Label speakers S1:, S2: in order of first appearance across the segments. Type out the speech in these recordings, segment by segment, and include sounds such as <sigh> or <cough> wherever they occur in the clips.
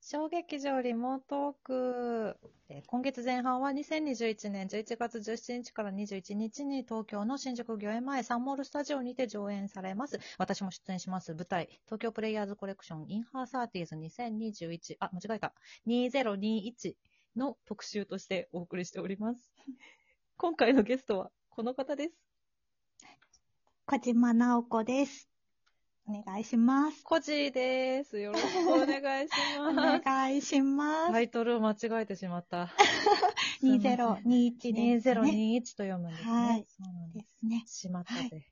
S1: 小劇場リモートーク。えー今月前半は2021年11月17日から21日に東京の新宿御苑前サンモールスタジオにて上演されます。私も出演します舞台、東京プレイヤーズコレクションインハーサーティーズ2021、あ、間違えた、2021の特集としてお送りしております。 <laughs> 今回のゲストはこの方です。
S2: 小島直子です。お願いします。
S1: コジーです。よろしく <laughs> お願いし
S2: お
S1: ます。
S2: 願いします。
S1: タイトルを間違えてしま <laughs> った。
S2: 2021です、ね。
S1: 2021と読むんですね。
S2: はい
S1: そうなんで
S2: ですね。
S1: す。しまったぜ。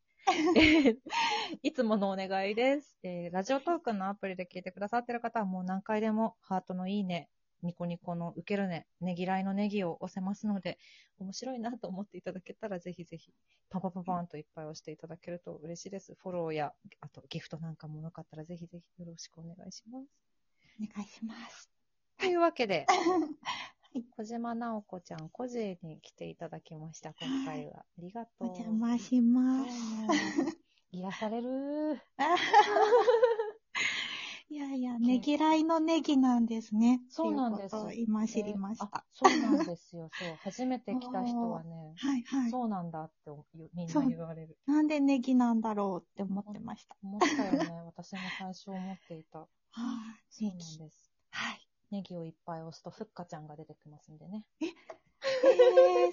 S1: えー <laughs> いつものお願いです、えーラジオトークのアプリで聞いてくださってる方はもう何回でもハートのいいね、ニコニコの受けるね、ねぎらいのネギを押せますので、面白いなと思っていただけたらぜひぜひ、パパパパンといっぱい押していただけると嬉しいです。フォローや、あとギフトなんかもよかったらぜひぜひよろしくお願いします。
S2: お願いします。
S1: というわけ
S2: <laughs>
S1: で、
S2: い
S1: 小島直子ちゃん、個人に来ていただきました、今回は。ありがと
S2: お
S1: う。
S2: 邪魔します。
S1: うん癒される。
S2: いやいや、ねぎらいのネギなんですね。
S1: そうなんです
S2: っていうことを今知りまし
S1: ねあ
S2: た。
S1: そうなんですよ。そう。初めて来た人はね、
S2: はいはい。
S1: そうなんだってみんな言われる。
S2: なんでネギなんだろうって思ってました。
S1: 思ったよね。私も最初思っていた。
S2: はい、
S1: そうな
S2: <laughs> ネ
S1: んで
S2: ギ。
S1: す。
S2: はい。
S1: ネギをいっぱい押すと、ふっかちゃんが出てきますんでね。
S2: え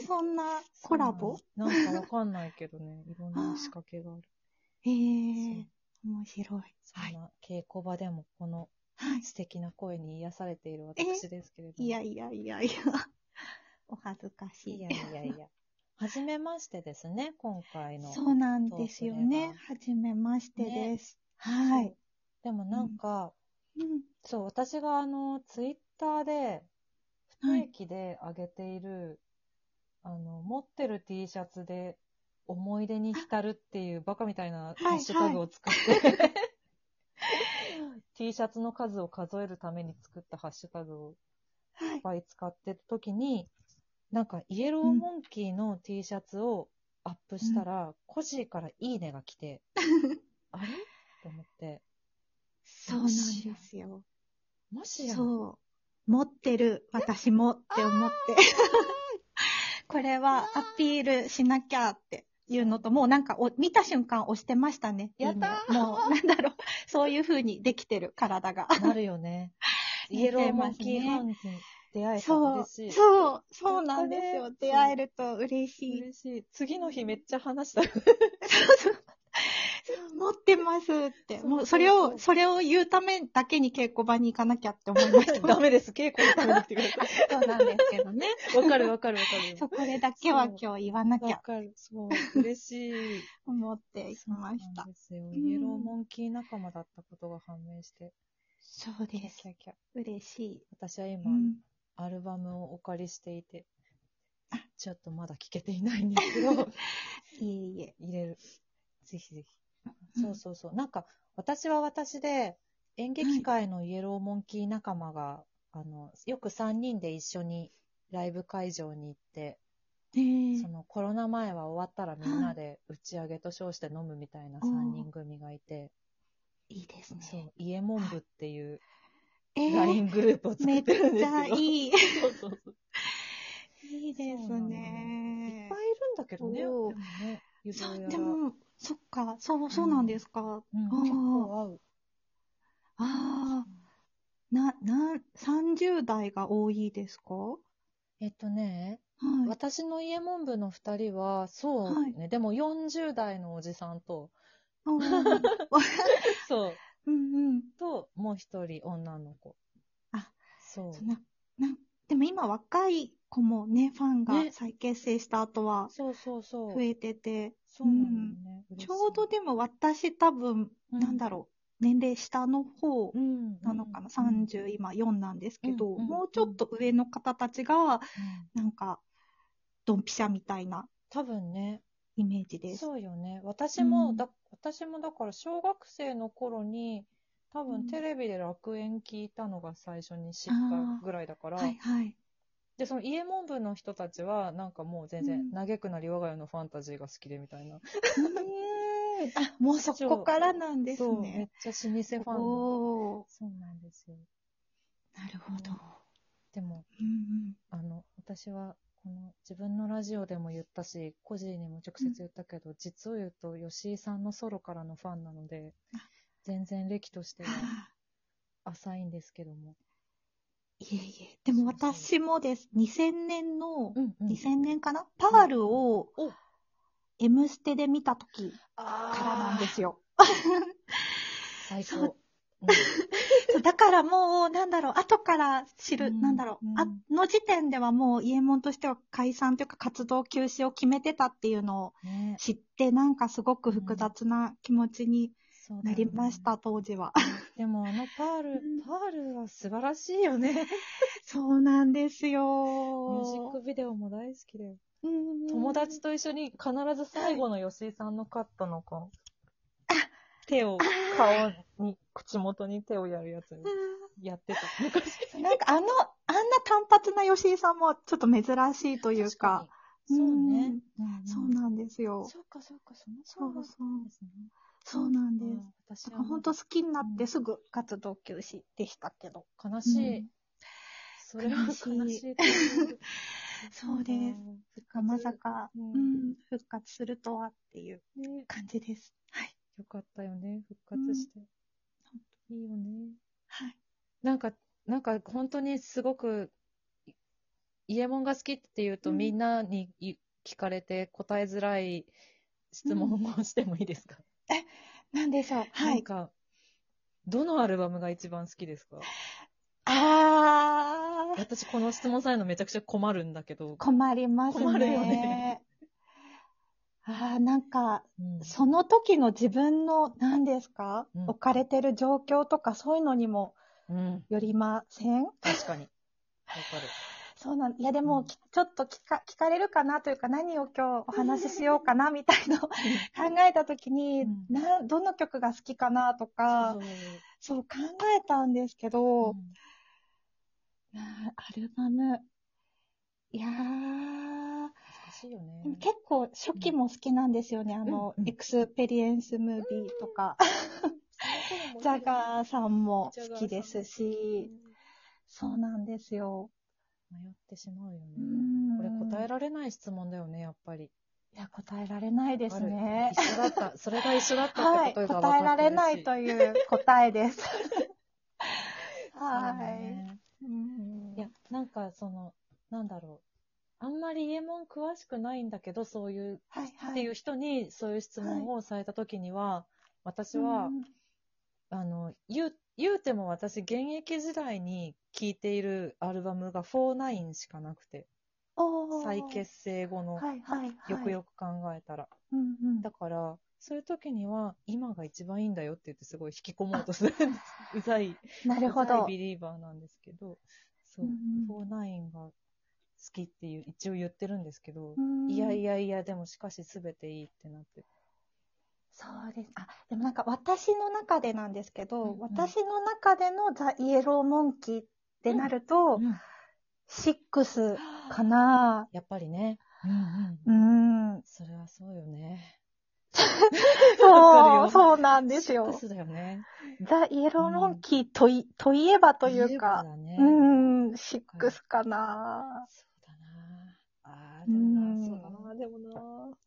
S2: ー、そ
S1: <laughs>
S2: んなコラボ
S1: そうなんですなんかわかんないけどね。いろんな仕掛けがある。
S2: え
S1: そう
S2: ー、面白い。
S1: そ
S2: は
S1: ん
S2: い。
S1: な稽古場でもこの
S2: はい。
S1: 素敵な声に癒されている
S2: え
S1: 私ですけれども。
S2: いやいやいや <laughs> いや。お恥ずかしい。
S1: いやいやいや。はじめましてですね、今回の。
S2: そうなんですよね。はじめましてです。はい。
S1: でもなんか、
S2: うん
S1: そう、私があの、ツイッターで、不定期で上げている、あの、持ってる T シャツで、思い出に浸るっていうバカみたいな
S2: はい
S1: ハッシュタグを作って、T シャツの数を数えるために作ったハッシュタグを
S2: はい
S1: っ
S2: い。
S1: ぱい使ってる時に、なんかイエローモンキーの T シャツをアップしたら、コジーからいいねが来て、あれと思って、
S2: そうなんですよ。
S1: もしや、
S2: そう。持ってる、私もって思って。 <laughs> これはアピールしなきゃっていうのと、もうなんかお見た瞬間押してましたね。
S1: やったー
S2: もうなんだろう。そういう風にできてる体が。
S1: なるよね。
S2: <laughs> ね
S1: イエローモンキーファンに出会えたら
S2: そう、
S1: 嬉しい。
S2: そう、そうなんです
S1: やっ。
S2: よ
S1: たね
S2: 出会えると嬉しい。
S1: 嬉しい。次の日めっちゃ話したよね。
S2: 持ってますって。
S1: そう
S2: もうそれ
S1: そう
S2: を、それを言うためだけに稽古場に行かなきゃって思いまし
S1: <laughs>
S2: た。
S1: ダメです。稽古のために来てくだ
S2: <laughs>
S1: さ
S2: そうなんですけど <laughs> ね。
S1: い。わかるわかるわかる。
S2: そう、これだけは今日言わなき
S1: わ
S2: ゃ
S1: かる。そう、嬉
S2: <laughs>
S1: しい。
S2: 思っていまし
S1: そうな
S2: た
S1: ん。ですよ。
S2: ん
S1: イエローモンキー仲間だったことが判明して。
S2: そう
S1: キャ
S2: で
S1: キ
S2: す。
S1: ャキャ
S2: 嬉しい。
S1: 私は
S2: う
S1: 今、
S2: ん、
S1: アルバムをお借りしていて
S2: あ、
S1: ちょっとまだ聴けていないんですけ
S2: <laughs>
S1: ど、
S2: いえいえ。
S1: 入れる。ぜひぜ
S2: う
S1: ひ。
S2: ん
S1: そうそうそう。なんか、私は私で、演劇界のイエローモンキー仲間が、あの、よく3人で一緒にライブ会場に行って、
S2: えー
S1: そのコロナ前は終わったらみんなで打ち上げと称して飲むみたいな3人組がいて、
S2: いいです
S1: そ
S2: ね。
S1: う、イエモン部っていう
S2: え
S1: LINE
S2: ー、
S1: グループを作
S2: め
S1: っ
S2: って
S1: るんです
S2: ち
S1: よ。
S2: ゃいい。
S1: <laughs> そうそうそう。
S2: いいで
S1: そう
S2: す
S1: なのいっ
S2: ね
S1: ぱ。いいるんだけどね。で
S2: お
S1: も
S2: ー
S1: ね、ゆず
S2: そう
S1: や
S2: で
S1: ら。うん、
S2: も、そっか、そう、そうなんですか。
S1: 結構合う。
S2: ああ、な、な、30代が多いですかは
S1: えっとね、
S2: い。
S1: 私の家門部の二人は、そうね、でも40代のおじさんと、
S2: お <laughs> ー
S1: そう、
S2: うんうん。
S1: と、もう一人女の子。
S2: あ、
S1: そう
S2: そ。んな、な、でも今若い子もね、ファンが
S1: ね
S2: 再結成した後は
S1: そうそうそう
S2: 増。えてて、
S1: そうなのよね。嬉しい
S2: ちょうど、でも私多分、
S1: うん
S2: なんだろう、年齢下の方
S1: うん。
S2: なのかな、
S1: うん
S2: 30、今4なんですけど、
S1: うんうん
S2: もうちょっと上の方たちが、
S1: うん
S2: なんか、ドンピシャみたいな
S1: 多分ね、
S2: イメージです。
S1: そうよね。私も、
S2: うん
S1: だ、私もだから小学生の頃に、多
S2: う
S1: 分
S2: ん
S1: テレビで楽園聞いたのが最初に知っ
S2: あ
S1: た
S2: ー
S1: ぐらいだから、
S2: はいはい。
S1: で、その家門部の人たちは、なんかもう全然
S2: う、ん
S1: 嘆くなり我が家のファンタジーが好きでみたいな。
S2: うーんあ、もうそこからなんです
S1: そう、めっ
S2: ね。
S1: ちゃ老舗ファン。
S2: おー
S1: そうなんですよ。
S2: なるほど。
S1: でも、
S2: うんうん。
S1: あの、私は、この自分のラジオでも言ったし、個人にも直接言ったけど、実を言うと、吉井さんのソロからのファンなので
S2: あ、
S1: 全然歴と
S2: <laughs>
S1: しては
S2: はあ
S1: 浅いんですけども。
S2: いえいえ。でも私もです。2000年の、
S1: ん、う
S2: 2000年かなパールを
S1: お、
S2: M ステで見たときからなんですよ。
S1: 最
S2: そ
S1: 高
S2: う。そうだからもう、なんだろう、後から知る、
S1: うん
S2: なんだろう、あ
S1: うん
S2: の時点ではもう、イエモンとしては解散というか活動休止を決めてたっていうのを
S1: うんね、
S2: 知って、なんかすごく複雑な気持ちに
S1: そうだ
S2: な
S1: ね
S2: りました、。当時は。
S1: でも、あのパール、
S2: うん
S1: パールは素晴らしいよね。ミュ
S2: <laughs> そうなんですよ。
S1: ージックビデオも大好きだよ。
S2: うん
S1: 友達と一緒に必ず最後の吉井さんのカットのこう
S2: あ
S1: 手を、顔に、口元に手をやるやつ
S2: う
S1: や
S2: <laughs>
S1: ってた。昔
S2: んなんかあの、あんな単発な吉井さんもちょっと珍しいという
S1: 確か
S2: か、
S1: にそうね。ん
S2: そうなんですよ。
S1: そうか、そうか、その
S2: そうそう
S1: なんですね。
S2: そうなんです。
S1: す私は
S2: 本当好きになってすぐ活動休止でしたけど。
S1: 悲しい。
S2: うん
S1: それは悲しい
S2: 悲しい
S1: と思う。
S2: そうです
S1: か
S2: まさか、
S1: う
S2: うんん、復活するとはっていう
S1: ね、
S2: 感じです。はい。
S1: よかったよね、復活して。いいよね。
S2: はい。
S1: なんか、なんか本当にすごく、いイエモンが好きっていうと、
S2: うん
S1: みんなにい聞かれて答えづらい質問をしてもいいですか、
S2: なんでしょう。は
S1: なん
S2: い。
S1: か、どのアルバムが一番好きですか
S2: あー、
S1: 私この質問されるのめちゃくちゃ困るんだけど。
S2: 困りますね。
S1: 困るよね
S2: あー、なんか、
S1: うん
S2: その時の自分の、何ですか、
S1: うん
S2: 置かれてる状況とか、そういうのにも
S1: うん、
S2: よりません
S1: 確かに。わかる。
S2: そうなん、いやで
S1: うん
S2: も、きちょっと聞か聞かれるかなというか、何を今日お話ししようかなみたいな考えた時に、
S1: うん
S2: な、どの曲が好きかなとか
S1: そう、そう
S2: そう考えたんですけ
S1: そう
S2: ど、
S1: うん
S2: なアルバム。いやー、
S1: 難しいよね
S2: でも。結構初期も好きなんですよね。あの、
S1: うん
S2: エクスペリエンスムービーとか、ジャガーさんも好きです
S1: うん
S2: し、そうなんですよ。
S1: 迷ってしまうよね。
S2: うん
S1: これ答えられない質問だよね、やっぱり。
S2: いや、答えられないですね
S1: あ。る一緒だ
S2: <laughs>
S1: った。それが一緒だった
S2: は
S1: っ
S2: い、
S1: てことが
S2: 答
S1: 分か
S2: え
S1: らって
S2: れ
S1: るし
S2: ないという答
S1: <laughs>
S2: えです。は
S1: ね
S2: い。うん
S1: いや、なんかその、なんだろう。あんまり家門詳しくないんだけど、そういう、
S2: はいはい。
S1: っていう人にそういう質問をされたときには、私は、
S2: うん
S1: あの、言う、言うても私、現役時代に聴いているアルバムが49しかなくて、
S2: おー
S1: 再結成後の、
S2: はいはいはい。
S1: よくよく考えたら。
S2: うんうん。
S1: だから、そういう時には、今が一番いいんだよって言って、すごい引き込もうとするんです。
S2: <laughs>
S1: うざい、
S2: なるほ
S1: うざ
S2: ど
S1: い。ビリーバーなんですけど、そうう、
S2: ん
S1: 49が好きっていう、一応言ってるんですけど
S2: う、ん
S1: いやいやいや、でもしかし全ていいってなって。
S2: そうです。あ、でもなんか私の中でなんですけど、
S1: うんうん
S2: 私の中でのザ・イエロー・モンキーってなると、シックスかな
S1: やっぱりね。うんうん
S2: うん。
S1: それはそうよね。
S2: そう、そうなんです
S1: シッ
S2: よ
S1: ク。スだよね。
S2: ザ・イエロー・モンキーとい、といえばという
S1: 自
S2: か、
S1: 由だね、
S2: う、
S1: そうん
S2: シックスかな
S1: だな。ああ、
S2: う
S1: でも
S2: ん
S1: な、そうだな、でもな、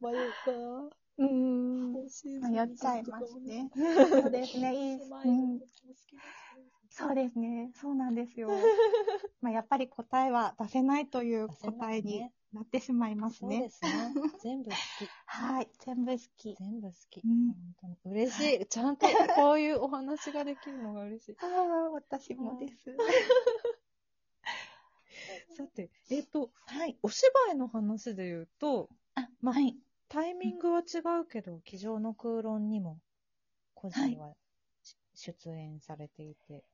S1: 迷った。
S2: うん。
S1: 今シーズン
S2: 迷っちゃいますね。
S1: 二十
S2: そうですね、い
S1: <laughs>
S2: い。
S1: とかも
S2: う
S1: ね。
S2: んそうですね。そうなんです <laughs> よ。まあ、やっぱり答えは出せないという答えになってしまいます
S1: そうで
S2: ね。
S1: すね。全部好き。
S2: はい。全部好き。
S1: 全部好き。
S2: うん
S1: 本当に嬉しい。ちゃんとこういうお話ができるのが嬉しい。
S2: ああ、私もです。
S1: さて、えっ、と、
S2: はい。
S1: お芝居の話で言うと、
S2: あ、
S1: まあ
S2: はい。
S1: タイミングは違うけど、机上の空論にも、個人はし出演されていて。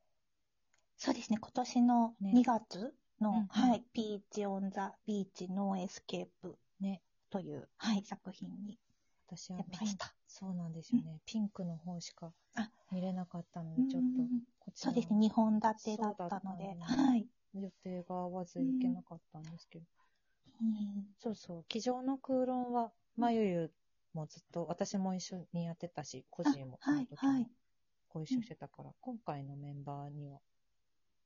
S2: そうですね。今年の
S1: ね
S2: 2月の、
S1: うんうん
S2: はい。ピーチ・オン・ザ・ビーチ・ノー・エスケープ。
S1: ね。
S2: という、はい、作品に
S1: 私は
S2: やっ
S1: ピン
S2: ました。
S1: そうなんですよね。ピンクの方しか
S2: あ
S1: 見れなかったの
S2: う
S1: で、
S2: ん
S1: ちょっと、こち
S2: そ
S1: ら
S2: うですね。2本立てだっ
S1: そう
S2: たので、
S1: だったのね
S2: はい。
S1: 予定が合わず行けなかったんですけど。
S2: うん
S1: そうそう、机上の空論は、まゆゆもずっと、私も一緒にやってたし、個人も、
S2: はい、
S1: あの
S2: は
S1: 時
S2: い
S1: も。ご一緒してたから、今回のメンバーには、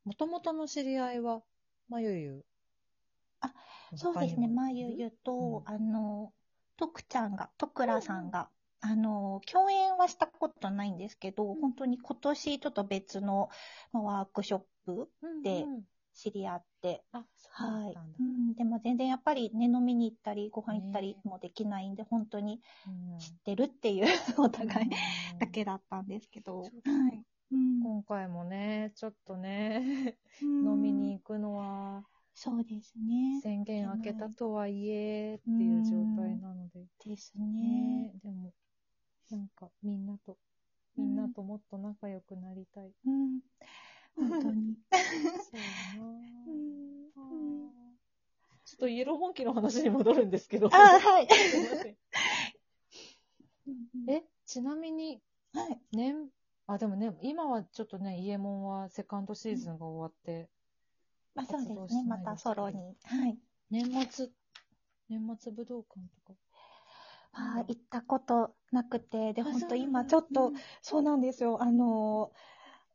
S1: もともとの知り合いは、まゆゆ。
S2: あ、そうですね、まゆゆと、
S1: う
S2: あの、とくちゃんが、とくらさんが、あの、共演はしたことないんですけど、
S1: うん
S2: 本当に今年ちょっと別のまあワークショップで
S1: うんうん
S2: 知り合って、
S1: あ、そうだ
S2: は
S1: っ
S2: い
S1: たんだ。。
S2: うん、でも全然やっぱりね、飲みに行ったり、ご飯行ったり
S1: ね
S2: もできないんで、本当に <laughs>
S1: うん
S2: 知ってるっていう、お互い
S1: うん
S2: だけだったんですけど。
S1: そ
S2: は
S1: う
S2: い。うん
S1: 今回もね、ちょっとね、
S2: 飲
S1: 飲みに行くのは、
S2: そうですね。
S1: 宣言明けたとはいえっていう状態なので、
S2: です
S1: ね
S2: ね。
S1: でも、なんかみんなと、みんなともっと仲良くなり
S2: <laughs>
S1: たい。
S2: うん。本当に。
S1: そうやな
S2: う
S1: ぁ
S2: ん
S1: あー
S2: うん
S1: ちょっとイエローモンキーの話に戻るんですけど。
S2: あ、は
S1: <laughs>
S2: い。
S1: すいません
S2: え
S1: え、ちなみに、
S2: はい。
S1: 年、あ、でもね、今はちょっとね、イエモンはセカンドシーズンが終わって、
S2: まあそうです
S1: 活動
S2: ね。
S1: してない
S2: ま
S1: ですけど
S2: たソロに。はい。
S1: 年末、年末武道館とか。
S2: まあ、行ったことなくて、で、本当今ちょっ
S1: う
S2: と
S1: ん、、
S2: そうなんですよ。あのー、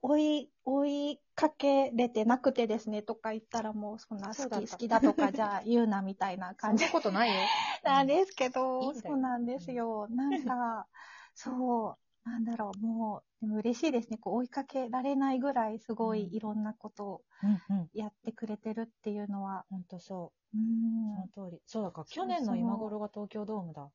S2: 追い、追いかけれてなくてですね、とか言ったらもう、そんな
S1: そう
S2: 好
S1: だっ
S2: き、
S1: た
S2: 好きだとかじゃあ言うなみたいな
S1: そ
S2: 感
S1: ん
S2: じ
S1: なことないよ。
S2: <laughs> なんですけ
S1: いいん
S2: ど、
S1: だよ
S2: そうなんですよ。なんか、そう、なんだろう、もう、でも嬉しいですね。こう追いかけられないぐらい、すごい
S1: うん
S2: いろんなことを
S1: うんうん。
S2: やってくれてるっていうのは、
S1: ほんとそうう。その
S2: ん、
S1: 通り。そうだから、
S2: そう
S1: 去年の今頃が東京ドームだ。
S2: うん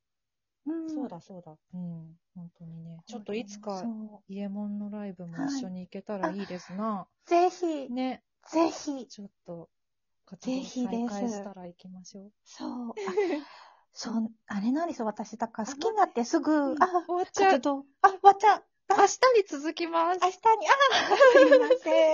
S1: そうだ、そうだ。うん。本当にね。ちょっといつか
S2: そ、う
S1: イエモンのライブも一緒に行けたらいいですな。
S2: ぜひ、
S1: ね。
S2: ぜひ、
S1: ちょっと、活動
S2: ぜひです
S1: 再開したら行きま <laughs> しょう。
S2: そう、あそう、あれなんですよ、私、だから好きになってすぐ、あ、
S1: 終わっちゃう
S2: 活。動、あ、わちゃう、
S1: 明日に続きます
S2: 明。日に、あ、すいません。